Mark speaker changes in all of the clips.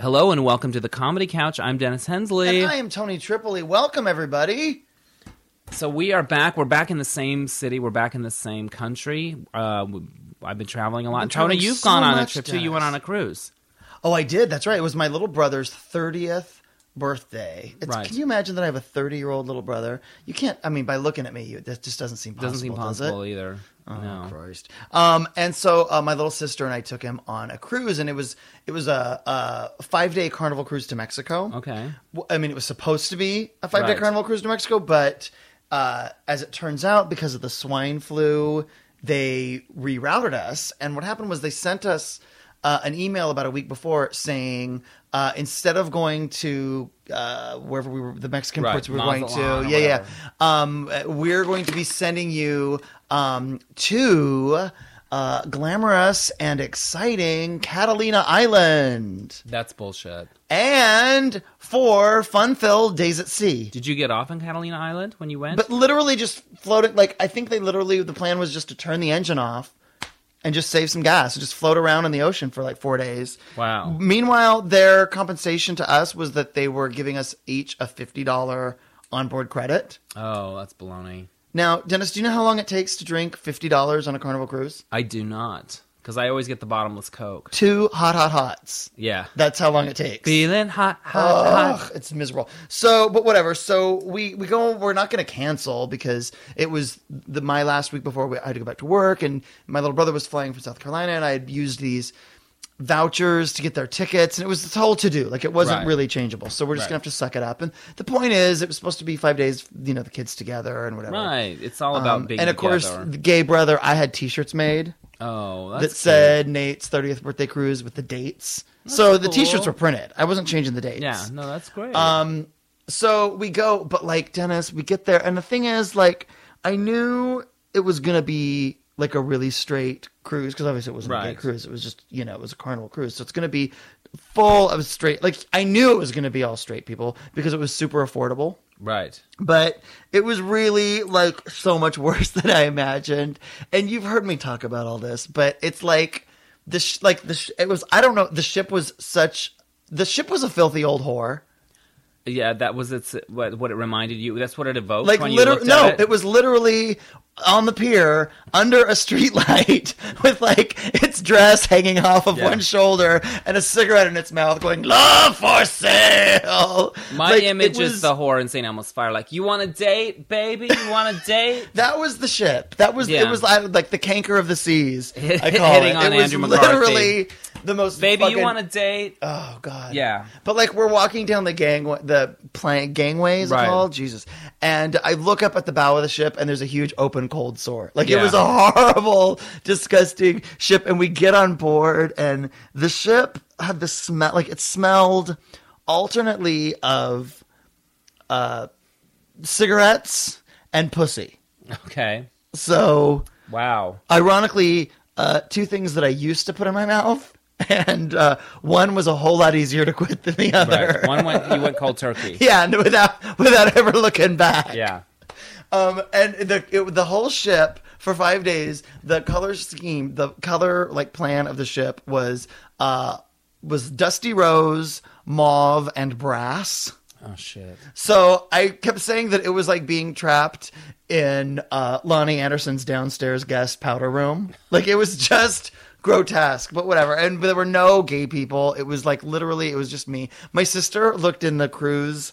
Speaker 1: Hello and welcome to the Comedy Couch. I'm Dennis Hensley.
Speaker 2: And I am Tony Tripoli. Welcome, everybody.
Speaker 1: So we are back. We're back in the same city. We're back in the same country. Uh, we- I've been traveling a lot.
Speaker 2: Been
Speaker 1: Tony,
Speaker 2: traveling
Speaker 1: you've
Speaker 2: so
Speaker 1: gone on a
Speaker 2: much,
Speaker 1: trip too. You
Speaker 2: Dennis.
Speaker 1: went on a cruise.
Speaker 2: Oh, I did. That's right. It was my little brother's 30th birthday. It's,
Speaker 1: Right.
Speaker 2: Can you imagine that I have a 30 year old little brother? You can't, I mean, by looking at me, you, that just doesn't seem possible.
Speaker 1: Doesn't seem
Speaker 2: does it?
Speaker 1: possible either.
Speaker 2: Oh,
Speaker 1: no.
Speaker 2: Christ. Um, and so uh, my little sister and I took him on a cruise, and it was it was a, a five day carnival cruise to Mexico.
Speaker 1: Okay.
Speaker 2: W- I mean, it was supposed to be a five day
Speaker 1: Right.
Speaker 2: carnival cruise to Mexico, but uh, as it turns out, because of the swine flu, they rerouted us. And what happened was they sent us uh, an email about a week before saying uh, instead of going to uh, wherever we were, the Mexican
Speaker 1: Right,
Speaker 2: ports we were going to,
Speaker 1: Mazatlan or
Speaker 2: yeah, yeah,
Speaker 1: whatever.
Speaker 2: um, we're going to be sending you um, to. Uh, glamorous and exciting Catalina Island
Speaker 1: That's bullshit.
Speaker 2: and four fun-filled days at sea.
Speaker 1: Did you get off on Catalina Island when you went?
Speaker 2: But literally just floating. Like I think they literally the plan was just to turn the engine off and just save some gas and just float around in the ocean for like four days. Mm.
Speaker 1: wow.
Speaker 2: Meanwhile, their compensation to us was that they were giving us each a fifty dollar onboard credit.
Speaker 1: Oh, that's baloney.
Speaker 2: Now, Dennis, do you know how long it takes to drink fifty dollars on a Carnival cruise?
Speaker 1: I do not. Because I always get the bottomless Coke.
Speaker 2: Two hot hot hots.
Speaker 1: Yeah.
Speaker 2: That's how long it takes.
Speaker 1: Feeling hot,
Speaker 2: Oh.
Speaker 1: hot, hot.
Speaker 2: Uh, Ugh, it's miserable. So, but whatever. So we we go. We're not going to cancel because it was the my last week before we, I had to go back to work, and my little brother was flying from South Carolina, and I had used these vouchers to get their tickets, and it was this whole to do. Like it wasn't
Speaker 1: Right.
Speaker 2: really changeable. So we're just
Speaker 1: Right.
Speaker 2: gonna have to suck it up. And the point is, it was supposed to be five days. You know, the kids together and whatever.
Speaker 1: Right. It's all about
Speaker 2: Um,
Speaker 1: being
Speaker 2: and of course,
Speaker 1: together.
Speaker 2: the gay brother, I had T-shirts made
Speaker 1: oh, that's
Speaker 2: that
Speaker 1: cute.
Speaker 2: said Nate's 30th birthday cruise with the dates. so the
Speaker 1: cool.
Speaker 2: T-shirts were printed. I wasn't changing the dates.
Speaker 1: Yeah, no, that's great.
Speaker 2: Um, so we go, but like Dennis, we get there, and the thing is, like, I knew it was gonna be like a really straight cruise because obviously it wasn't a
Speaker 1: Right.
Speaker 2: gay cruise; it was just you know it was a carnival cruise, so it's gonna be full of straight. Like I knew it was gonna be all straight people because it was super affordable
Speaker 1: right.
Speaker 2: but it was really like so much worse than I imagined. And you've heard me talk about all this, but it's like the sh- like the sh- it was I don't know the ship was such the ship was a filthy old whore.
Speaker 1: Yeah, that was its what, what it reminded you. That's what it evoked.
Speaker 2: Like
Speaker 1: when you
Speaker 2: literally,
Speaker 1: looked
Speaker 2: no,
Speaker 1: at
Speaker 2: it. was literally on the pier under a streetlight with like its dress hanging off of
Speaker 1: Yeah.
Speaker 2: one shoulder and a cigarette in its mouth, going "Love for sale."
Speaker 1: My
Speaker 2: Like, it
Speaker 1: image is
Speaker 2: was-
Speaker 1: the whore in St. Elmo's Fire. Like, you want a date, baby? You want a date?
Speaker 2: That was the ship. That was
Speaker 1: Yeah.
Speaker 2: it was like, like the canker of the seas. I call
Speaker 1: Hitting
Speaker 2: it.
Speaker 1: on
Speaker 2: it
Speaker 1: Andrew
Speaker 2: was
Speaker 1: McCarthy.
Speaker 2: literally the most
Speaker 1: baby,
Speaker 2: Fucking,
Speaker 1: you want a date?
Speaker 2: Oh god.
Speaker 1: Yeah.
Speaker 2: But like we're walking down the gangway, the plank gangway is it
Speaker 1: Right.
Speaker 2: called Jesus, and I look up at the bow of the ship, and there's a huge open cold sore. Like
Speaker 1: Yeah.
Speaker 2: it was a horrible, disgusting ship, and we get on board, and the ship had the smell. Like it smelled alternately of uh, cigarettes and pussy.
Speaker 1: Okay.
Speaker 2: So
Speaker 1: Wow.
Speaker 2: ironically, uh, two things that I used to put in my mouth, and uh, one was a whole lot easier to quit than the other.
Speaker 1: Right. One went. You went cold turkey.
Speaker 2: yeah, and without without ever looking back.
Speaker 1: Yeah.
Speaker 2: Um, and the it, the whole ship for five days, the color scheme, the color like plan of the ship was uh was dusty rose, mauve, and brass.
Speaker 1: Oh shit.
Speaker 2: Uh, So I kept saying that it was like being trapped in uh, Lonnie Anderson's downstairs guest powder room. Like it was just grotesque, but whatever. And there were no gay people. It was like literally, it was just me. My sister looked in the cruise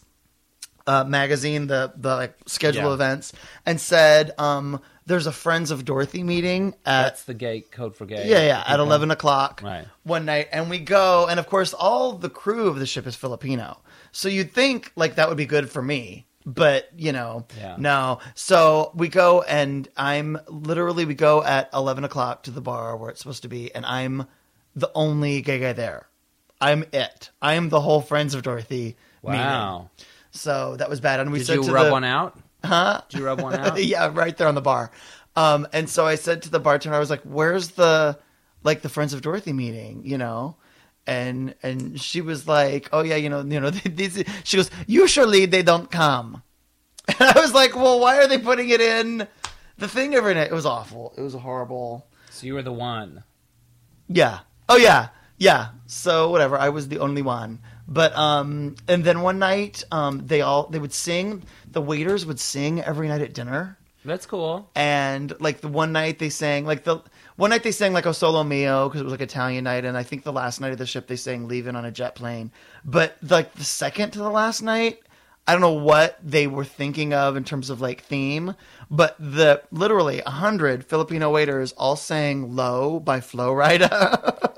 Speaker 2: uh, magazine, the the like, schedule
Speaker 1: Yeah.
Speaker 2: events, and said, um, "There's a Friends of Dorothy meeting at
Speaker 1: That's the gay code for gay.
Speaker 2: yeah, yeah, at eleven o'clock
Speaker 1: Right.
Speaker 2: one night, and we go, and of course, all the crew of the ship is Filipino, so you'd think like that would be good for me, but you know,
Speaker 1: Yeah.
Speaker 2: no. So we go, and I'm literally we go at eleven o'clock to the bar where it's supposed to be, and I'm the only gay guy there. I'm it. I'm the whole Friends of Dorothy. meeting.
Speaker 1: Wow.
Speaker 2: So that was bad, and we
Speaker 1: Did
Speaker 2: said
Speaker 1: you
Speaker 2: to
Speaker 1: rub
Speaker 2: the,
Speaker 1: one out? Huh? Did you rub one out?
Speaker 2: yeah, right there on the bar. Um, and so I said to the bartender, I was like, "Where's the like the Friends of Dorothy meeting?" You know, and and she was like, "Oh yeah, you know, you know." These, she goes, "Usually they don't come," and I was like, "Well, why are they putting it in the thing every night?" It was awful. It was horrible.
Speaker 1: So you were the one.
Speaker 2: Yeah. Oh yeah. Yeah. So whatever. I was the only one. But um, and then one night, um, they all they would sing. The waiters would sing every night at dinner.
Speaker 1: That's cool.
Speaker 2: And like the one night they sang like the one night they sang like O Solo Mio because it was like Italian night, and I think the last night of the ship they sang Leaving on a Jet Plane. But like the second to the last night, I don't know what they were thinking of in terms of like theme, but the literally a hundred Filipino waiters all sang "Low" by Flo Rida.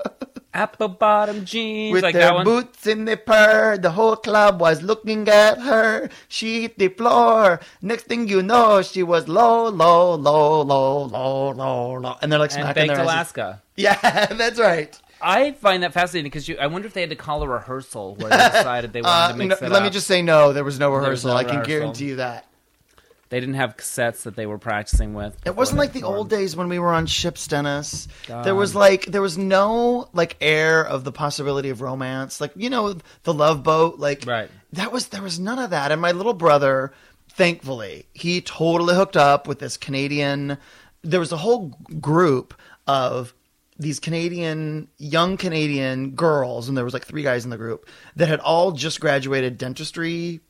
Speaker 1: Apple bottom jeans,
Speaker 2: With
Speaker 1: like
Speaker 2: their
Speaker 1: that one.
Speaker 2: boots in the purr, the whole club was looking at her. She hit the floor. Next thing you know, she was low, low, low, low, low, low, low. And they're like
Speaker 1: and
Speaker 2: smacking
Speaker 1: baked
Speaker 2: their asses.
Speaker 1: Alaska.
Speaker 2: Yeah, that's right.
Speaker 1: I find that fascinating because you. I wonder if they had to call a rehearsal where they decided they wanted
Speaker 2: Uh,
Speaker 1: to
Speaker 2: no,
Speaker 1: mix it
Speaker 2: let
Speaker 1: up.
Speaker 2: me just say no. There was no rehearsal.
Speaker 1: no
Speaker 2: I can
Speaker 1: rehearsal.
Speaker 2: guarantee you that.
Speaker 1: They didn't have cassettes that they were practicing with.
Speaker 2: It wasn't like the old days when we were on ships, Dennis. There
Speaker 1: God.
Speaker 2: was like there was no like air of the possibility of romance. Like you know the love boat. Like
Speaker 1: Right.
Speaker 2: that was there was none of that. And my little brother, thankfully, he totally hooked up with this Canadian. There was a whole group of these Canadian young Canadian girls, and there was like three guys in the group that had all just graduated dentistry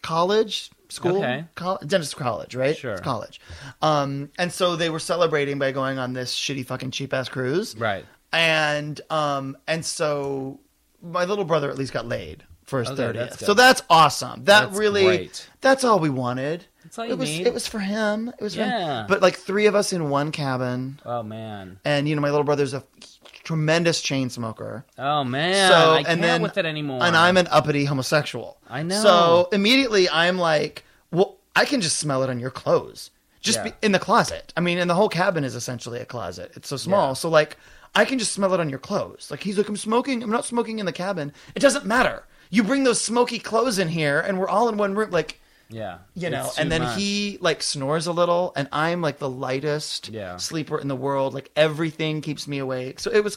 Speaker 2: college school
Speaker 1: Okay.
Speaker 2: col- dentist college right
Speaker 1: Sure.
Speaker 2: It's college um and so they were celebrating by going on this shitty fucking cheap ass cruise
Speaker 1: Right.
Speaker 2: and um and so my little brother at least got laid for his
Speaker 1: Okay,
Speaker 2: 30th
Speaker 1: Oh, that's good.
Speaker 2: so that's awesome that
Speaker 1: That's
Speaker 2: really
Speaker 1: great.
Speaker 2: that's all we wanted
Speaker 1: That's all you
Speaker 2: it was
Speaker 1: need.
Speaker 2: it was for him it was for
Speaker 1: Yeah.
Speaker 2: him. but like three of us in one cabin
Speaker 1: Oh man.
Speaker 2: and you know my little brother's a tremendous chain smoker
Speaker 1: Oh man. I can't with it anymore.
Speaker 2: and I'm an uppity homosexual.
Speaker 1: I know.
Speaker 2: So immediately I'm like, well, I can just smell it on your clothes, just
Speaker 1: Yeah.
Speaker 2: be, in the closet. I mean, and the whole cabin is essentially a closet. It's so small,
Speaker 1: Yeah.
Speaker 2: so like I can just smell it on your clothes. Like he's like, I'm smoking. I'm not smoking in the cabin. It doesn't matter. You bring those smoky clothes in here, and we're all in one room. Like
Speaker 1: yeah.
Speaker 2: you
Speaker 1: It's
Speaker 2: know
Speaker 1: too
Speaker 2: and then
Speaker 1: much.
Speaker 2: he like snores a little and i'm like the lightest
Speaker 1: Yeah.
Speaker 2: sleeper in the world like everything keeps me awake so it was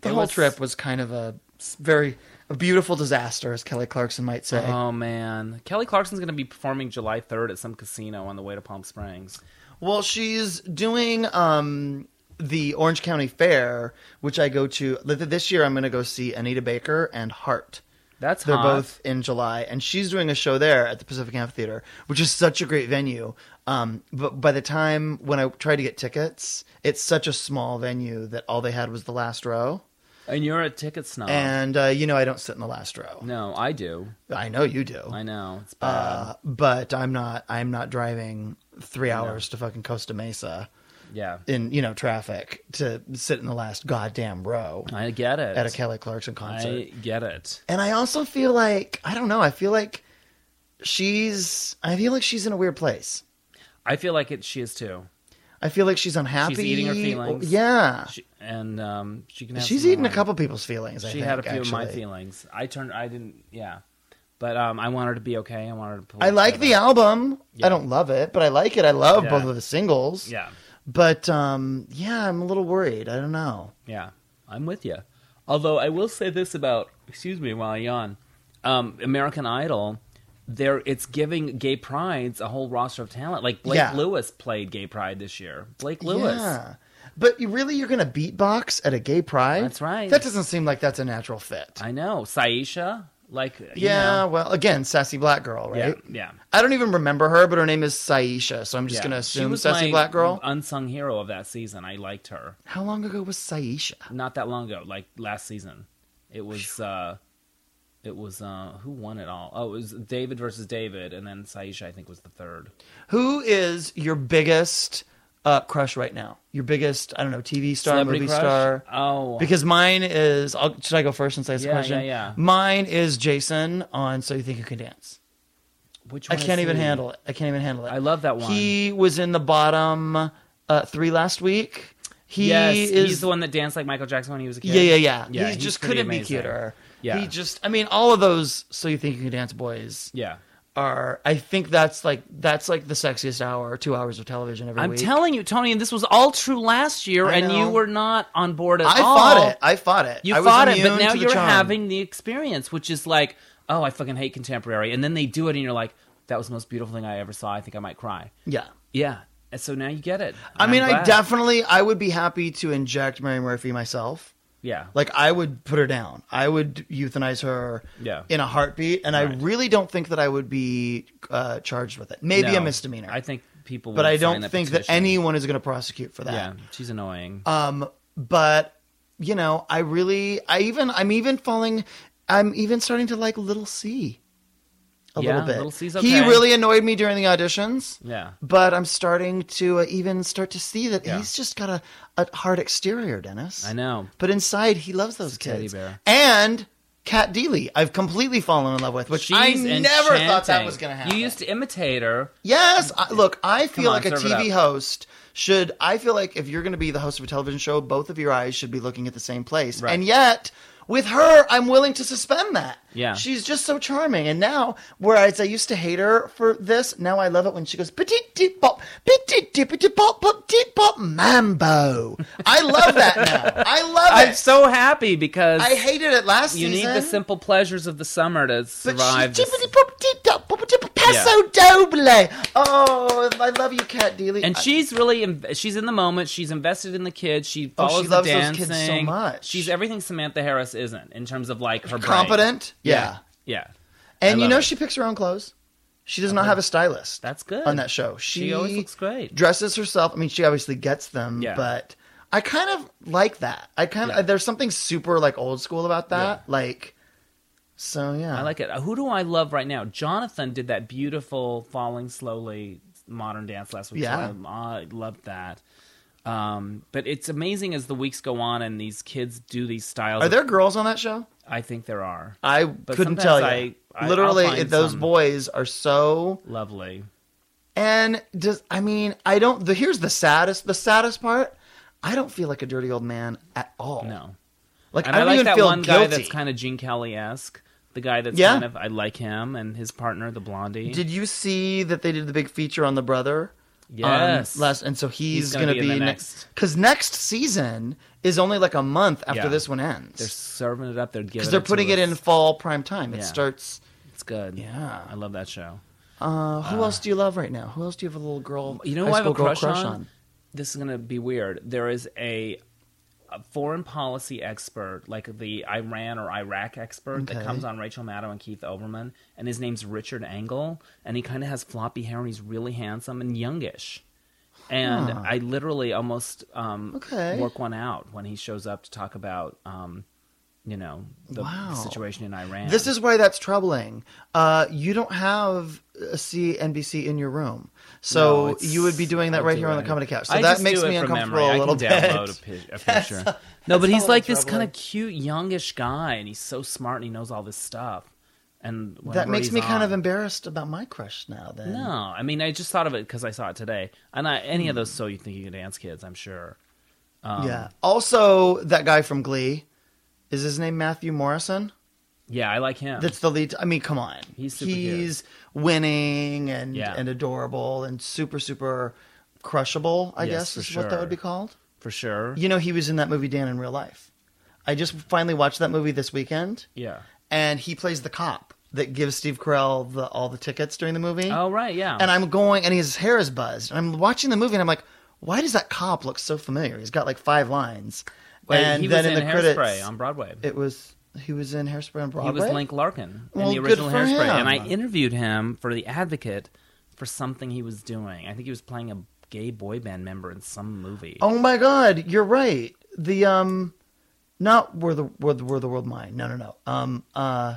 Speaker 2: the
Speaker 1: It
Speaker 2: whole
Speaker 1: was-
Speaker 2: trip was kind of a s- very a beautiful disaster as kelly clarkson might say
Speaker 1: Oh man, Kelly Clarkson's going to be performing July 3rd at some casino on the way to Palm Springs.
Speaker 2: well she's doing um the orange county fair which i go to th- this year i'm going to go see anita baker and hart
Speaker 1: That's
Speaker 2: They're
Speaker 1: hot.
Speaker 2: both in July, and she's doing a show there at the Pacific Amphitheater, which is such a great venue. Um, but by the time when I tried to get tickets, it's such a small venue that all they had was the last row,
Speaker 1: and you're a ticket snob.
Speaker 2: and uh, you know I don't sit in the last row.
Speaker 1: no, I do.
Speaker 2: I know you do,
Speaker 1: I know it's bad.
Speaker 2: uh, but I'm not. I'm not driving three hours to fucking Costa Mesa
Speaker 1: yeah,
Speaker 2: in you know traffic to sit in the last goddamn row
Speaker 1: I get it.
Speaker 2: at a Kelly Clarkson concert.
Speaker 1: I get it.
Speaker 2: And I also feel like I don't know. I feel like she's. I feel like she's in a weird place.
Speaker 1: I feel like it. She is too.
Speaker 2: I feel like she's unhappy.
Speaker 1: eating her feelings.
Speaker 2: Yeah,
Speaker 1: She, and um, she can. Have
Speaker 2: she's
Speaker 1: some of
Speaker 2: eating a
Speaker 1: mine.
Speaker 2: couple people's feelings. I
Speaker 1: She
Speaker 2: think,
Speaker 1: had a few of my
Speaker 2: actually.
Speaker 1: feelings. I turned. I didn't. Yeah, but um, I want her to be okay. I want her to. pull
Speaker 2: I like
Speaker 1: together.
Speaker 2: the album.
Speaker 1: Yeah.
Speaker 2: I don't love it, but I like it. I love
Speaker 1: Yeah.
Speaker 2: both of the singles.
Speaker 1: Yeah,
Speaker 2: But um, yeah, I'm a little worried. I don't know.
Speaker 1: yeah. I'm with you. Although I will say this about excuse me while I yawn, um, American Idol. There, it's giving gay prides a whole roster of talent. Like Blake
Speaker 2: Yeah.
Speaker 1: Lewis played gay pride this year. Blake Lewis.
Speaker 2: Yeah. But you really, you're gonna beatbox at a gay pride?
Speaker 1: That's right.
Speaker 2: That doesn't seem like that's a natural fit.
Speaker 1: I know. Saisha. Like you
Speaker 2: yeah.
Speaker 1: know.
Speaker 2: Well, again, sassy black girl,
Speaker 1: yeah,
Speaker 2: right?
Speaker 1: yeah.
Speaker 2: I don't even remember her, but her name is Saisha, so I'm just
Speaker 1: yeah.
Speaker 2: gonna
Speaker 1: She
Speaker 2: assume
Speaker 1: was
Speaker 2: sassy
Speaker 1: my
Speaker 2: black girl.
Speaker 1: unsung hero of that season. I liked her.
Speaker 2: How long ago was Saisha?
Speaker 1: not that long ago, like last season. It was uh it was uh who won it all? Oh, it was David versus David and then Saisha I think was the third.
Speaker 2: Who is your biggest uh, crush right now? Your biggest, I don't know, TV star, movie
Speaker 1: crush?
Speaker 2: star.
Speaker 1: Oh.
Speaker 2: Because mine is. I'll, should I go first and say this
Speaker 1: Yeah,
Speaker 2: question?
Speaker 1: yeah, yeah.
Speaker 2: Mine is Jason on So You Think You Can Dance.
Speaker 1: which
Speaker 2: I
Speaker 1: one
Speaker 2: can't
Speaker 1: is
Speaker 2: even
Speaker 1: he?
Speaker 2: handle it. I can't even handle it.
Speaker 1: I love that one.
Speaker 2: He was in the bottom uh, three last week. He
Speaker 1: yes,
Speaker 2: is
Speaker 1: he's the one that danced like Michael Jackson when he was a kid.
Speaker 2: Yeah, yeah, yeah.
Speaker 1: Yeah,
Speaker 2: he
Speaker 1: he's
Speaker 2: just
Speaker 1: pretty
Speaker 2: couldn't be
Speaker 1: amazing.
Speaker 2: cuter.
Speaker 1: Yeah.
Speaker 2: He just, I mean, all of those So You Think You Can Dance boys
Speaker 1: Yeah.
Speaker 2: are, I think that's like, that's like the sexiest hour, two hours of television every
Speaker 1: I'm
Speaker 2: week.
Speaker 1: telling you, Tony, and this was all true last year,
Speaker 2: I
Speaker 1: and you
Speaker 2: know.
Speaker 1: were not on board at
Speaker 2: I
Speaker 1: all.
Speaker 2: fought it. I fought it.
Speaker 1: You
Speaker 2: I was
Speaker 1: fought it, but
Speaker 2: immune
Speaker 1: now
Speaker 2: to the
Speaker 1: you're
Speaker 2: charm.
Speaker 1: having the experience, which is like, oh, I fucking hate contemporary, and then they do it, and you're like, that was the most beautiful thing I ever saw. I think I might cry.
Speaker 2: Yeah.
Speaker 1: Yeah. And so now you get it.
Speaker 2: I
Speaker 1: And
Speaker 2: mean,
Speaker 1: I'm
Speaker 2: I
Speaker 1: glad.
Speaker 2: definitely, I would be happy to inject Mary Murphy myself.
Speaker 1: Yeah.
Speaker 2: Like I would put her down. I would euthanize her
Speaker 1: Yeah.
Speaker 2: in a heartbeat, and I
Speaker 1: Right.
Speaker 2: really don't think that I would be uh, charged with it. Maybe
Speaker 1: No.
Speaker 2: a misdemeanor,
Speaker 1: I think people.
Speaker 2: but
Speaker 1: would
Speaker 2: I
Speaker 1: sign
Speaker 2: don't
Speaker 1: that
Speaker 2: think that
Speaker 1: petition.
Speaker 2: anyone is going to prosecute for that.
Speaker 1: Yeah, she's annoying.
Speaker 2: Um, but you know, I really, I even, I'm even falling, I'm even starting to like Little C, a
Speaker 1: Yeah,
Speaker 2: little bit.
Speaker 1: Little C's
Speaker 2: He
Speaker 1: okay.
Speaker 2: really annoyed me during the auditions,
Speaker 1: yeah.
Speaker 2: but I'm starting to uh, even start to see that
Speaker 1: Yeah.
Speaker 2: he's just got a, a hard exterior, Dennis.
Speaker 1: I know.
Speaker 2: But inside, he loves those
Speaker 1: Teddy
Speaker 2: kids.
Speaker 1: bear.
Speaker 2: And Kat Deely, I've completely fallen in love with, which I
Speaker 1: She's
Speaker 2: never thought that
Speaker 1: enchanting.
Speaker 2: was going to happen.
Speaker 1: You used to imitate her.
Speaker 2: Yes, I, look, I feel
Speaker 1: on,
Speaker 2: like a
Speaker 1: serve it
Speaker 2: TV
Speaker 1: up.
Speaker 2: host should. I feel like if you're going to be the host of a television show, both of your eyes should be looking at the same place.
Speaker 1: Right.
Speaker 2: And yet, with her, I'm willing to suspend that.
Speaker 1: Yeah.
Speaker 2: she's just so charming. And now, whereas I used to hate her for this, now I love it when she goes "Petit dip bop, petit dip dip bop bop dip bop mambo." I love that now. I love
Speaker 1: I'm
Speaker 2: it.
Speaker 1: so happy because
Speaker 2: I hated it last
Speaker 1: you
Speaker 2: season.
Speaker 1: need the simple pleasures of the summer to
Speaker 2: But
Speaker 1: survive.
Speaker 2: she-
Speaker 1: this-
Speaker 2: Paso doble. Oh, I love you, Cat Deely.
Speaker 1: and
Speaker 2: I-
Speaker 1: she's really in, she's in the moment. She's invested in the kids. She follows
Speaker 2: Oh, she loves
Speaker 1: the
Speaker 2: those kids
Speaker 1: dancing.
Speaker 2: so much.
Speaker 1: She's everything Samantha Harris isn't in terms of like her brain.
Speaker 2: competent.
Speaker 1: Yeah, yeah.
Speaker 2: And
Speaker 1: I
Speaker 2: you
Speaker 1: love
Speaker 2: know
Speaker 1: it.
Speaker 2: she picks her own clothes. She does not have a stylist.
Speaker 1: That's good.
Speaker 2: on that show. She,
Speaker 1: She always looks great.
Speaker 2: Dresses herself. I mean, she obviously gets them,
Speaker 1: Yeah.
Speaker 2: but I kind of like that. I kind of
Speaker 1: Yeah.
Speaker 2: there's something super like old school about that. Like so yeah.
Speaker 1: I like it. Who do I love right now? Jonathan did that beautiful falling slowly modern dance last week. so
Speaker 2: Yeah.
Speaker 1: I, I loved that. Um, but it's amazing as the weeks go on and these kids do these styles.
Speaker 2: Are there girls on that show?
Speaker 1: I think there are.
Speaker 2: I couldn't tell
Speaker 1: sometimes
Speaker 2: you.
Speaker 1: I- I-
Speaker 2: Literally,
Speaker 1: I'll find
Speaker 2: those
Speaker 1: some.
Speaker 2: boys are so
Speaker 1: Lovely.
Speaker 2: And does I mean I don't the here's the saddest the saddest part I don't feel like a dirty old man at all.
Speaker 1: No.
Speaker 2: like
Speaker 1: And
Speaker 2: I
Speaker 1: I,
Speaker 2: don't
Speaker 1: like
Speaker 2: even
Speaker 1: that
Speaker 2: feel
Speaker 1: one
Speaker 2: guilty.
Speaker 1: guy that's kind of Gene Kelly esque. The guy that's
Speaker 2: Yeah.
Speaker 1: kind of I like him and his partner, the blondie.
Speaker 2: Did you see that they did the big feature on the brother? Um,
Speaker 1: Yes.
Speaker 2: last and so he's,
Speaker 1: gonna
Speaker 2: gonna,
Speaker 1: be
Speaker 2: be,
Speaker 1: in the
Speaker 2: next
Speaker 1: next.
Speaker 2: because next season is only like a month after
Speaker 1: Yeah.
Speaker 2: this one
Speaker 1: they're
Speaker 2: ends
Speaker 1: serving it up. They're giving
Speaker 2: because they're
Speaker 1: to
Speaker 2: putting it
Speaker 1: us.
Speaker 2: in fall prime time. It
Speaker 1: Yeah.
Speaker 2: starts.
Speaker 1: It's good.
Speaker 2: Yeah.
Speaker 1: I love that show.
Speaker 2: Uh, who else do you love right now? Who else do you have a little girl?
Speaker 1: You know
Speaker 2: high
Speaker 1: who I have a
Speaker 2: school girl
Speaker 1: crush, on? This is going to be weird. There is a, a foreign policy expert, like the Iran or Iraq expert,
Speaker 2: Okay.
Speaker 1: that comes on Rachel Maddow and Keith Olbermann, and his name's Richard Engel, and he kind of has floppy hair, and he's really handsome and youngish. And
Speaker 2: Huh.
Speaker 1: I literally almost um,
Speaker 2: Okay.
Speaker 1: work one out when he shows up to talk about, um, you know, the
Speaker 2: Wow.
Speaker 1: situation in Iran.
Speaker 2: This is why that's troubling. Uh, you don't have a CNBC in your room,
Speaker 1: No,
Speaker 2: so
Speaker 1: it's-
Speaker 2: you would be doing that
Speaker 1: I
Speaker 2: right
Speaker 1: do
Speaker 2: here on the
Speaker 1: it.
Speaker 2: comedy couch. So
Speaker 1: I
Speaker 2: that
Speaker 1: just
Speaker 2: makes
Speaker 1: do it
Speaker 2: me
Speaker 1: from
Speaker 2: uncomfortable
Speaker 1: memory.
Speaker 2: a little
Speaker 1: I can
Speaker 2: bit.
Speaker 1: Download a, pi- a picture. no, but
Speaker 2: that's
Speaker 1: he's
Speaker 2: all
Speaker 1: like
Speaker 2: I'm
Speaker 1: this kind
Speaker 2: troubling.
Speaker 1: of cute, youngish guy, and he's so smart, and he knows all this stuff. And
Speaker 2: that
Speaker 1: whenever
Speaker 2: makes
Speaker 1: he's
Speaker 2: me kind
Speaker 1: on-
Speaker 2: of embarrassed about my crush now. Then
Speaker 1: No, I mean, I just thought of it because I saw it today. And I, any
Speaker 2: Hmm.
Speaker 1: of those, so you think you can dance kids? I'm sure.
Speaker 2: yeah. Also, that guy from Glee, is his name Matthew Morrison?
Speaker 1: Yeah, I like him.
Speaker 2: That's the lead. I mean, come on.
Speaker 1: Oh. He's super cute.
Speaker 2: He's winning and
Speaker 1: Yeah.
Speaker 2: and adorable and super super crushable. I
Speaker 1: Yes,
Speaker 2: guess
Speaker 1: for
Speaker 2: is what that
Speaker 1: sure.
Speaker 2: would be called.
Speaker 1: for sure.
Speaker 2: You know, he was in that movie Dan in real life. I just finally watched that movie this weekend,
Speaker 1: Yeah.
Speaker 2: and he plays the cop that gives Steve Carell the, all the tickets during the movie.
Speaker 1: Oh right, yeah.
Speaker 2: And I'm going, and his hair is buzzed. And I'm watching the movie, and I'm like, why does that cop look so familiar? He's got like five lines.
Speaker 1: Wait,
Speaker 2: and
Speaker 1: he was
Speaker 2: then in, the
Speaker 1: Hairspray
Speaker 2: credits,
Speaker 1: on Broadway.
Speaker 2: it was he was in Hairspray on
Speaker 1: He
Speaker 2: Broadway.
Speaker 1: was Link Larkin
Speaker 2: Well,
Speaker 1: in the
Speaker 2: good
Speaker 1: original
Speaker 2: for
Speaker 1: Hairspray, and
Speaker 2: him.
Speaker 1: I interviewed him for the Advocate for something he was doing. I think he was playing a gay boy band member in some movie.
Speaker 2: Oh my God, you're right. The um, not were the were the, were the world mine. No, no, no. Um, uh,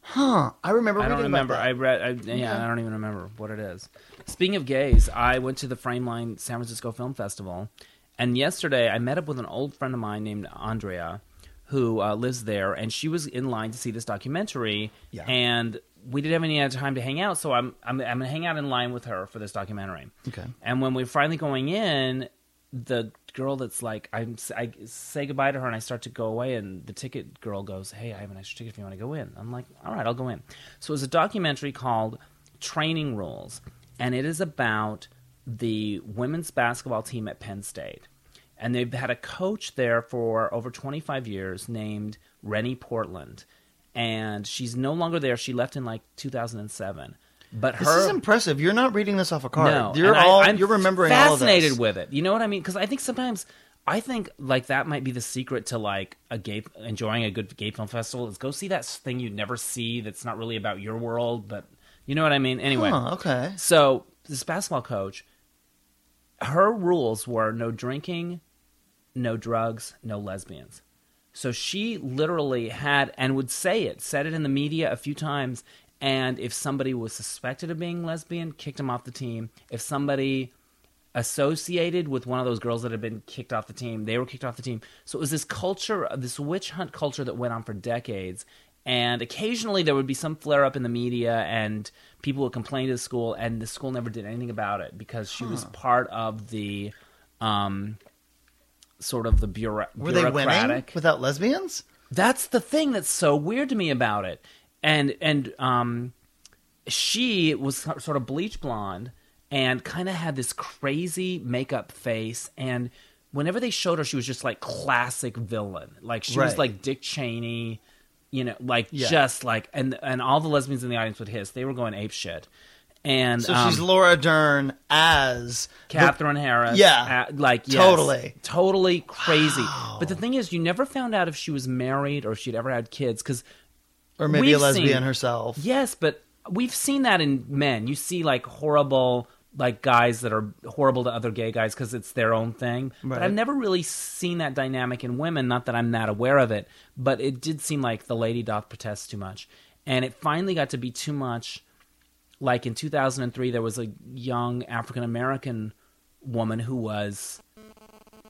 Speaker 2: huh. I remember.
Speaker 1: I don't
Speaker 2: reading
Speaker 1: remember.
Speaker 2: About that.
Speaker 1: I read. I, yeah, I don't even remember what it is. Speaking of gays, I went to the Frameline San Francisco Film Festival, and yesterday I met up with an old friend of mine named Andrea, who uh, lives there, and she was in line to see this documentary,
Speaker 2: Yeah.
Speaker 1: and we didn't have any time to hang out, so I'm I'm I'm gonna hang out in line with her for this documentary.
Speaker 2: Okay.
Speaker 1: And when we're finally going in, the girl that's like, I'm, I say goodbye to her and I start to go away, and the ticket girl goes, Hey, I have an extra ticket if you want to go in. I'm like, All right, I'll go in. So it was a documentary called Training Rules, and it is about the women's basketball team at Penn State. And they've had a coach there for over 25 years named Rennie Portland. And she's no longer there. She left in like 2007. But her
Speaker 2: This is impressive. You're not reading this off a card.
Speaker 1: no,
Speaker 2: you're
Speaker 1: and I-
Speaker 2: all
Speaker 1: I'm
Speaker 2: you're remembering all of
Speaker 1: fascinated
Speaker 2: this.
Speaker 1: with it. You know what I mean? Because I think sometimes I think like that might be the secret to like a gay enjoying a good gay film festival is go see that thing you never see that's not really about your world, but you know what I mean. Anyway,
Speaker 2: Huh, okay.
Speaker 1: so this basketball coach, her rules were no drinking, no drugs, no lesbians. So she literally had and would say it, said it in the media a few times. And if somebody was suspected of being lesbian, kicked him off the team. If somebody associated with one of those girls that had been kicked off the team, they were kicked off the team. So it was this culture, this witch hunt culture that went on for decades. And occasionally there would be some flare up in the media, and people would complain to the school, and the school never did anything about it because she was part of the um, sort of the bureau-
Speaker 2: Were they
Speaker 1: bureaucratic.
Speaker 2: winning without lesbians?
Speaker 1: That's the thing that's so weird to me about it. And and um, she was so- sort of bleach blonde and kind of had this crazy makeup face and whenever they showed her she was just like classic villain. Like she was
Speaker 2: Right.
Speaker 1: like Dick Cheney, you know, like
Speaker 2: Yeah.
Speaker 1: just like and and all the lesbians in the audience would hiss. They were going ape shit. And
Speaker 2: So
Speaker 1: um,
Speaker 2: she's Laura Dern as the-
Speaker 1: Catherine Harris.
Speaker 2: Yeah.
Speaker 1: a- like yes.
Speaker 2: Totally.
Speaker 1: totally crazy. But the thing is, you never found out if she was married or if she'd ever had kids. Because
Speaker 2: or maybe a
Speaker 1: we've
Speaker 2: lesbian
Speaker 1: seen-
Speaker 2: herself.
Speaker 1: yes, but we've seen that in men. You see like horrible like guys that are horrible to other gay guys because it's their own thing. But
Speaker 2: Right.
Speaker 1: I've never really seen that dynamic in women. Not that I'm that aware of it, but it did seem like the lady doth protest too much, and it finally got to be too much like in 2003 there was a young african american woman who was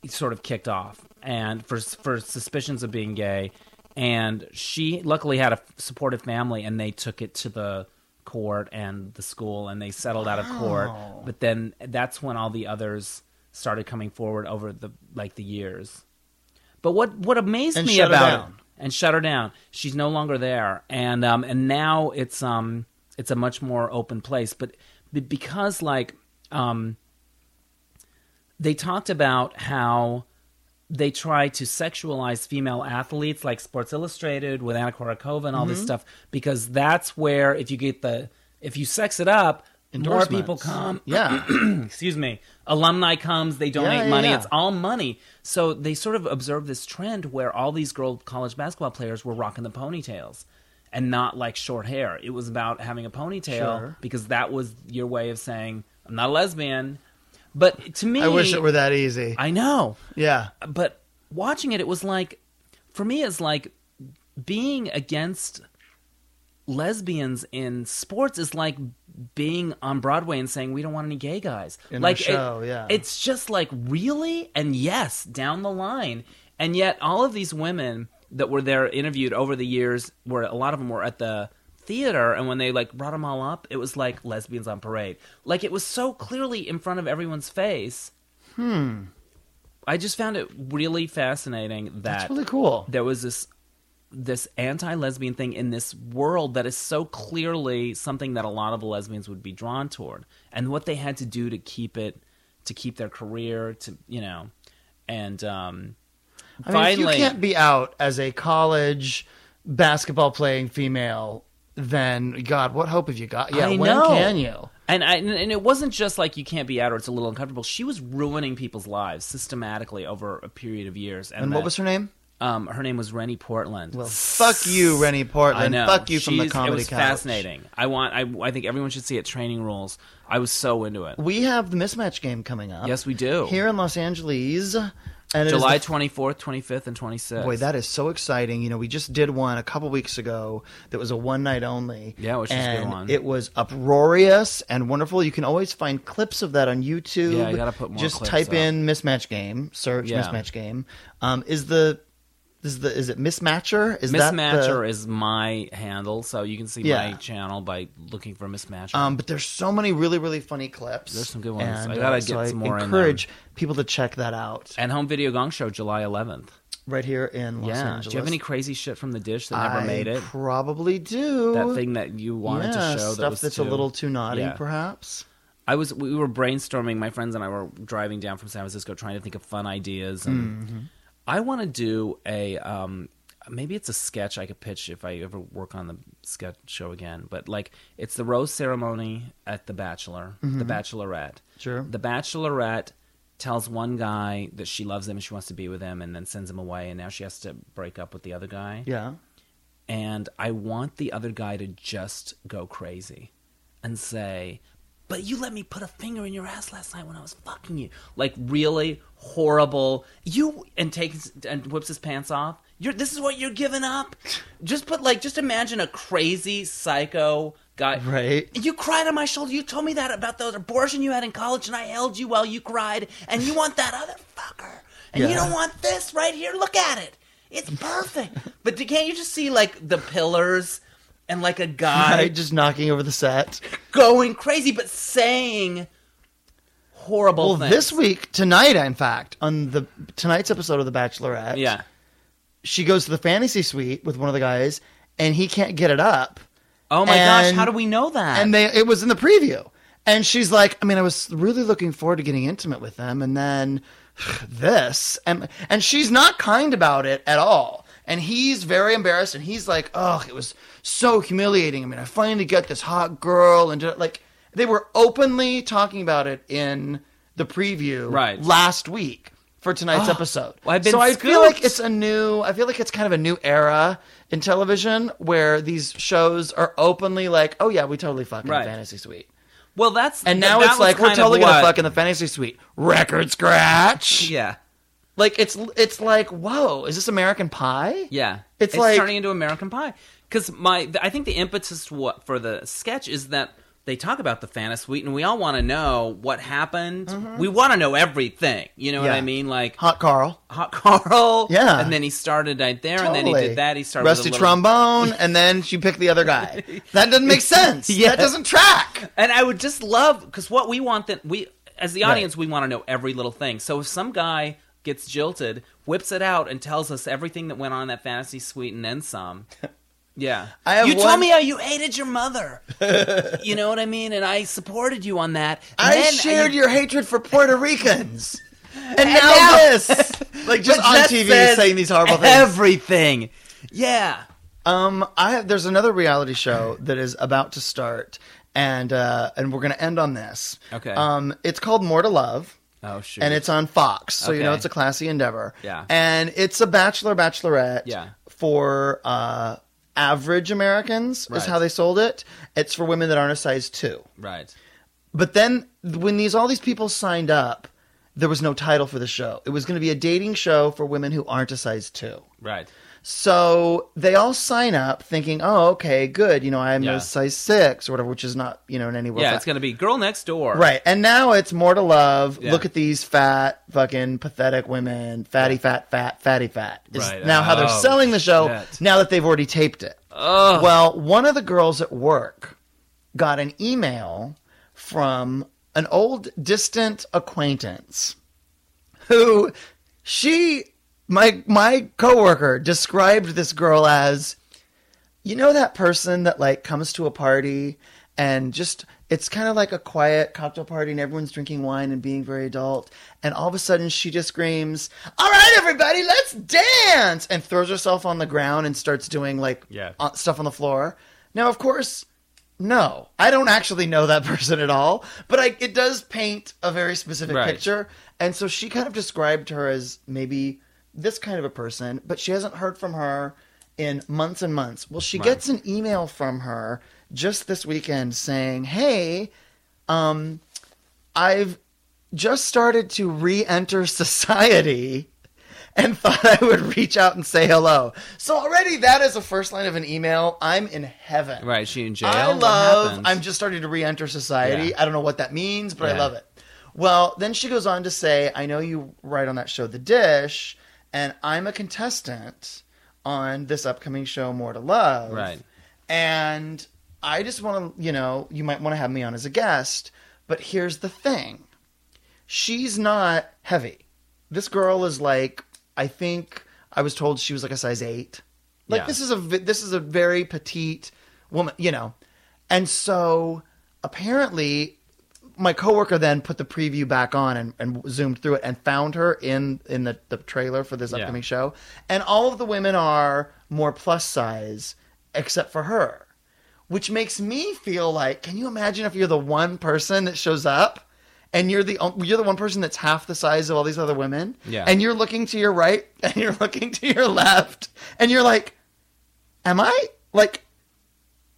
Speaker 1: sort of kicked off and for for suspicions of being gay and she luckily had a supportive family and they took it to the court and the school and they settled out of court
Speaker 2: Wow.
Speaker 1: but then that's when all the others started coming forward over the like the years but what what amazed
Speaker 2: And
Speaker 1: me
Speaker 2: shut her
Speaker 1: about
Speaker 2: down.
Speaker 1: it and shut her down. She's no longer there, and um, and now it's um, it's a much more open place. But be- because like um, they talked about how they try to sexualize female athletes, like Sports Illustrated with Anna Korakova and all
Speaker 2: Mm-hmm.
Speaker 1: this stuff, because that's where if you get the if you sex it up, more
Speaker 2: Endorsements.
Speaker 1: people come
Speaker 2: Yeah.
Speaker 1: excuse me, alumni comes, they donate
Speaker 2: yeah,
Speaker 1: money.
Speaker 2: yeah.
Speaker 1: It's all money. So they sort of observed this trend where all these girl college basketball players were rocking the ponytails and not like short hair. It was about having a ponytail
Speaker 2: Sure.
Speaker 1: because that was your way of saying, I'm not a lesbian. But to me,
Speaker 2: I wish it were that easy.
Speaker 1: I know
Speaker 2: yeah.
Speaker 1: but watching it, it was like, for me, it's like being against lesbians in sports is like being on Broadway and saying we don't want any gay guys.
Speaker 2: In
Speaker 1: like
Speaker 2: our show, yeah.
Speaker 1: it's just like really and yes, down the line, and yet all of these women that were there interviewed over the years, where a lot of them were at the theater and when they like brought them all up it was like lesbians on parade like it was so clearly in front of everyone's face I just found it really fascinating that
Speaker 2: That's really cool.
Speaker 1: there was this this anti-lesbian thing in this world that is so clearly something that a lot of lesbians would be drawn toward and what they had to do to keep it to keep their career to you know and um
Speaker 2: I mean, if you
Speaker 1: finally
Speaker 2: can't be out as a college basketball playing female, then God, what hope have you got? Yeah,
Speaker 1: I
Speaker 2: when
Speaker 1: know.
Speaker 2: can you?
Speaker 1: and I, and it wasn't just like you can't be out or it's a little uncomfortable she was ruining people's lives systematically over a period of years and,
Speaker 2: And
Speaker 1: that-
Speaker 2: what was her name?
Speaker 1: um her name was Rennie Portland
Speaker 2: Well, fuck you, Rennie Portland.
Speaker 1: I know.
Speaker 2: Fuck you from the
Speaker 1: She's-
Speaker 2: comedy
Speaker 1: It was
Speaker 2: couch.
Speaker 1: fascinating. I want. I, I think everyone should see it. Training rules. I was so into it.
Speaker 2: We have the mismatch game coming up.
Speaker 1: Yes, we do.
Speaker 2: Here in Los Angeles, and it is
Speaker 1: July
Speaker 2: the
Speaker 1: twenty fourth, twenty fifth, and twenty sixth.
Speaker 2: Boy, that is so exciting. You know, we just did one a couple weeks ago that was a one night only.
Speaker 1: Yeah, which is a good
Speaker 2: and
Speaker 1: one.
Speaker 2: It was uproarious and wonderful. You can always find clips of that on YouTube.
Speaker 1: Yeah, you gotta put more
Speaker 2: Just
Speaker 1: clips
Speaker 2: type
Speaker 1: up.
Speaker 2: in mismatch game, search
Speaker 1: Yeah.
Speaker 2: mismatch game. Um, is the is the is it mismatcher? Is that the-
Speaker 1: mismatcher is my handle, so you can see
Speaker 2: Yeah.
Speaker 1: my channel by looking for mismatcher.
Speaker 2: Um, but there's so many really really funny clips.
Speaker 1: There's some good ones.
Speaker 2: And,
Speaker 1: I gotta
Speaker 2: uh, so
Speaker 1: get some more in
Speaker 2: Encourage people to check that out
Speaker 1: and home video gong show July eleventh.
Speaker 2: right here in Los
Speaker 1: Yeah.
Speaker 2: Angeles.
Speaker 1: Do you have any crazy shit from the dish that never
Speaker 2: I
Speaker 1: made it?
Speaker 2: Probably do.
Speaker 1: That thing that you wanted
Speaker 2: yeah,
Speaker 1: to show
Speaker 2: stuff
Speaker 1: that was
Speaker 2: that's
Speaker 1: too...
Speaker 2: a little too naughty,
Speaker 1: Yeah.
Speaker 2: perhaps.
Speaker 1: I was we were brainstorming. My friends and I were driving down from San Francisco, trying to think of fun ideas. And I want to do a um, maybe it's a sketch I could pitch if I ever work on the sketch show again. But like it's the rose ceremony at the Bachelor, the Bachelorette.
Speaker 2: Sure.
Speaker 1: The Bachelorette tells one guy that she loves him and she wants to be with him, and then sends him away, and now she has to break up with the other guy.
Speaker 2: Yeah.
Speaker 1: And I want the other guy to just go crazy and say, But you let me put a finger in your ass last night when I was fucking you. Like, really horrible. You, and takes, and whips his pants off. You're, this is what you're giving up. Just put, like, just imagine a crazy psycho guy.
Speaker 2: Right.
Speaker 1: You cried on my shoulder. You told me that about the abortion you had in college, and I held you while you cried. And you want that other fucker, and you
Speaker 2: Yeah.
Speaker 1: don't want this right here. Look at it. It's perfect. but d- can't you just see like the pillars and like a guy
Speaker 2: Right, just knocking over the set.
Speaker 1: going crazy, but saying horrible
Speaker 2: Well,
Speaker 1: things?
Speaker 2: this week, tonight, in fact, on the tonight's episode of The Bachelorette,
Speaker 1: yeah,
Speaker 2: she goes to the fantasy suite with one of the guys, and he can't get it up.
Speaker 1: Oh my gosh,
Speaker 2: And-
Speaker 1: how do we know that?
Speaker 2: And they, it was in the preview, and she's like, "I mean, I was really looking forward to getting intimate with them, and then this, and and she's not kind about it at all." And he's very embarrassed, and he's like, "Oh, it was so humiliating. I mean, I finally got this hot girl, and did- like they were openly talking about it in the preview
Speaker 1: Right.
Speaker 2: last week." For tonight's episode,
Speaker 1: well, I've been
Speaker 2: so I feel like
Speaker 1: scooped.
Speaker 2: it's a new i feel like it's kind of a new era in television where these shows are openly like oh yeah we totally fuck in
Speaker 1: Right.
Speaker 2: the fantasy suite
Speaker 1: well, that's
Speaker 2: and
Speaker 1: th-
Speaker 2: now
Speaker 1: that
Speaker 2: it's
Speaker 1: was
Speaker 2: like we're
Speaker 1: kind of
Speaker 2: totally gonna
Speaker 1: what-
Speaker 2: fuck in the fantasy suite record scratch
Speaker 1: Yeah,
Speaker 2: like it's it's like whoa is this american pie
Speaker 1: Yeah,
Speaker 2: It's like-
Speaker 1: turning into American Pie. Because my, th- I think the impetus what for the sketch is that they talk about the Fanta Suite, and we all want to know what happened. We want to know everything. You know what
Speaker 2: Mm-hmm. Yeah.
Speaker 1: I mean? Like hot,
Speaker 2: hot carl
Speaker 1: Carl.
Speaker 2: Yeah.
Speaker 1: and then he started right there, and then he
Speaker 2: Totally.
Speaker 1: did that. He started
Speaker 2: rusty
Speaker 1: with a little,
Speaker 2: trombone and then she picked the other guy that doesn't make sense
Speaker 1: Yeah.
Speaker 2: that doesn't track
Speaker 1: And I would just love because what we want that we as the audience we want to know every little thing. So if some guy gets jilted, whips it out, and tells us everything that went on in that fantasy suite and then some. Yeah,
Speaker 2: I have
Speaker 1: you
Speaker 2: one-
Speaker 1: told me how you hated your mother. you know what I mean, and I supported you on that. And
Speaker 2: i
Speaker 1: then-
Speaker 2: shared your hatred for puerto ricans and, now,
Speaker 1: now-
Speaker 2: this like just
Speaker 1: But
Speaker 2: on
Speaker 1: that
Speaker 2: tv
Speaker 1: says
Speaker 2: saying these horrible things
Speaker 1: everything. Yeah,
Speaker 2: Um, I have, there's another reality show that is about to start, and uh, and we're gonna end on this.
Speaker 1: Okay.
Speaker 2: Um, it's called More to Love,
Speaker 1: oh shoot,
Speaker 2: and it's on Fox, so you know
Speaker 1: Okay.
Speaker 2: it's a classy endeavor.
Speaker 1: Yeah.
Speaker 2: And it's a bachelor bachelorette.
Speaker 1: Yeah.
Speaker 2: For uh, average Americans
Speaker 1: Right.
Speaker 2: is how they sold it. It's for women that aren't a size two.
Speaker 1: right.
Speaker 2: But then when these all these people signed up, there was no title for the show. It was gonna be a dating show for women who aren't a size two.
Speaker 1: Right.
Speaker 2: So they all sign up thinking, oh, okay, good. You know, I'm
Speaker 1: Yeah.
Speaker 2: a size six or whatever, which is not, you know, in any way.
Speaker 1: yeah, it's gonna be girl next door.
Speaker 2: Right. And now it's more to love.
Speaker 1: Yeah.
Speaker 2: Look at these fat, fucking pathetic women. Fatty, fat, fat, fatty, fat. Is
Speaker 1: Right.
Speaker 2: now how they're
Speaker 1: Oh,
Speaker 2: selling the show
Speaker 1: shit.
Speaker 2: now that they've already taped it.
Speaker 1: Ugh.
Speaker 2: Well, one of the girls at work got an email from an old distant acquaintance who she my my coworker described this girl as you know that person that like comes to a party and just it's kind of like a quiet cocktail party and everyone's drinking wine and being very adult and all of a sudden she just screams all right everybody let's dance and throws herself on the ground and starts doing like
Speaker 1: Yeah.
Speaker 2: uh, stuff on the floor now of course no i don't actually know that person at all but I, it does paint a very specific
Speaker 1: Right.
Speaker 2: picture and so she kind of described her as maybe this kind of a person but she hasn't heard from her in months and months well she gets an email from her just this weekend saying hey um i've just started to re-enter society and thought i would reach out and say hello so already that is a first line of an email i'm in heaven
Speaker 1: Right. She in jail.
Speaker 2: I
Speaker 1: What
Speaker 2: love.
Speaker 1: happens?
Speaker 2: I'm just starting to re-enter society.
Speaker 1: Yeah.
Speaker 2: I don't know what that means, but I
Speaker 1: Yeah.
Speaker 2: love it. Well, then she goes on to say, "I know you write on that show, The Dish, and I'm a contestant on this upcoming show, More to Love.
Speaker 1: Right.
Speaker 2: And I just want to, you know, you might want to have me on as a guest. But here's the thing: she's not heavy. This girl is like, I think I was told she was like a size eight. Like
Speaker 1: Yeah.
Speaker 2: this is a vi- this is a very petite woman, you know. And so apparently, my coworker then put the preview back on and, and zoomed through it and found her in in the, the trailer for this
Speaker 1: Yeah.
Speaker 2: upcoming show. And all of the women are more plus size except for her, which makes me feel like, can you imagine if you're the one person that shows up and you're the on- you're the one person that's half the size of all these other women.
Speaker 1: Yeah.
Speaker 2: And you're looking to your right and you're looking to your left and you're like, am I like.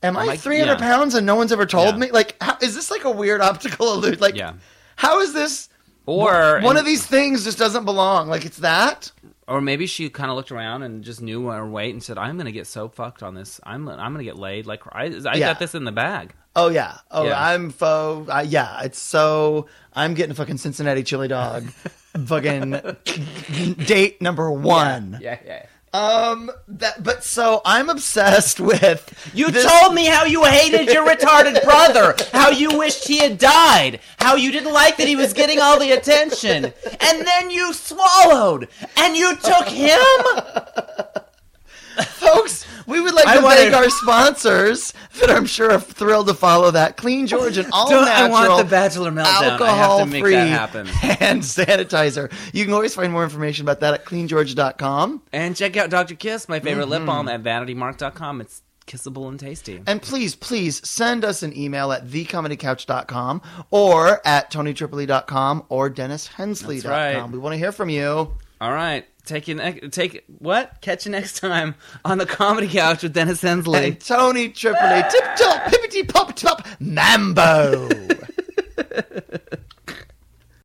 Speaker 2: Am I,
Speaker 1: Am I-
Speaker 2: 300
Speaker 1: yeah.
Speaker 2: pounds and no one's ever told
Speaker 1: Yeah.
Speaker 2: me? Like, how, is this like a weird optical illusion? Like,
Speaker 1: Yeah.
Speaker 2: how is this?
Speaker 1: Or
Speaker 2: one
Speaker 1: and-
Speaker 2: of these things just doesn't belong. Like, it's that.
Speaker 1: or maybe she kind of looked around and just knew her weight and said, "I'm going to get so fucked on this. I'm I'm going to get laid. Like I, I
Speaker 2: Yeah.
Speaker 1: got this in the bag."
Speaker 2: Oh yeah. Oh,
Speaker 1: Yeah.
Speaker 2: I'm faux. Uh, yeah, it's so. I'm getting fucking Cincinnati chili dog. fucking date number one.
Speaker 1: Yeah, yeah.
Speaker 2: Um. That. But so I'm obsessed with
Speaker 1: You
Speaker 2: this-
Speaker 1: told me how you hated your retarded brother, how you wished he had died, how you didn't like that he was getting all the attention, and then you swallowed and you took him.
Speaker 2: folks. We would like
Speaker 1: I
Speaker 2: to
Speaker 1: wanna-
Speaker 2: thank our sponsors that I'm sure are thrilled to follow that. Clean George and all
Speaker 1: Don't
Speaker 2: natural.
Speaker 1: I want the bachelor meltdown? I have to make
Speaker 2: Alcohol-free
Speaker 1: that happen.
Speaker 2: hand sanitizer. You can always find more information about that at cleangeorge.com.
Speaker 1: And check out Dr. Kiss, my favorite lip balm at vanitymark.com. It's kissable and tasty.
Speaker 2: And please, please send us an email at thecomedycouch.com or at tonytripoli.com or dennishensley.com.
Speaker 1: That's right.
Speaker 2: We want to hear from you.
Speaker 1: All right. Take you ne- take what? Catch you next time on the comedy couch with Dennis Hensley.
Speaker 2: And Tony Tripoli, tip top, pippity pop top, mambo.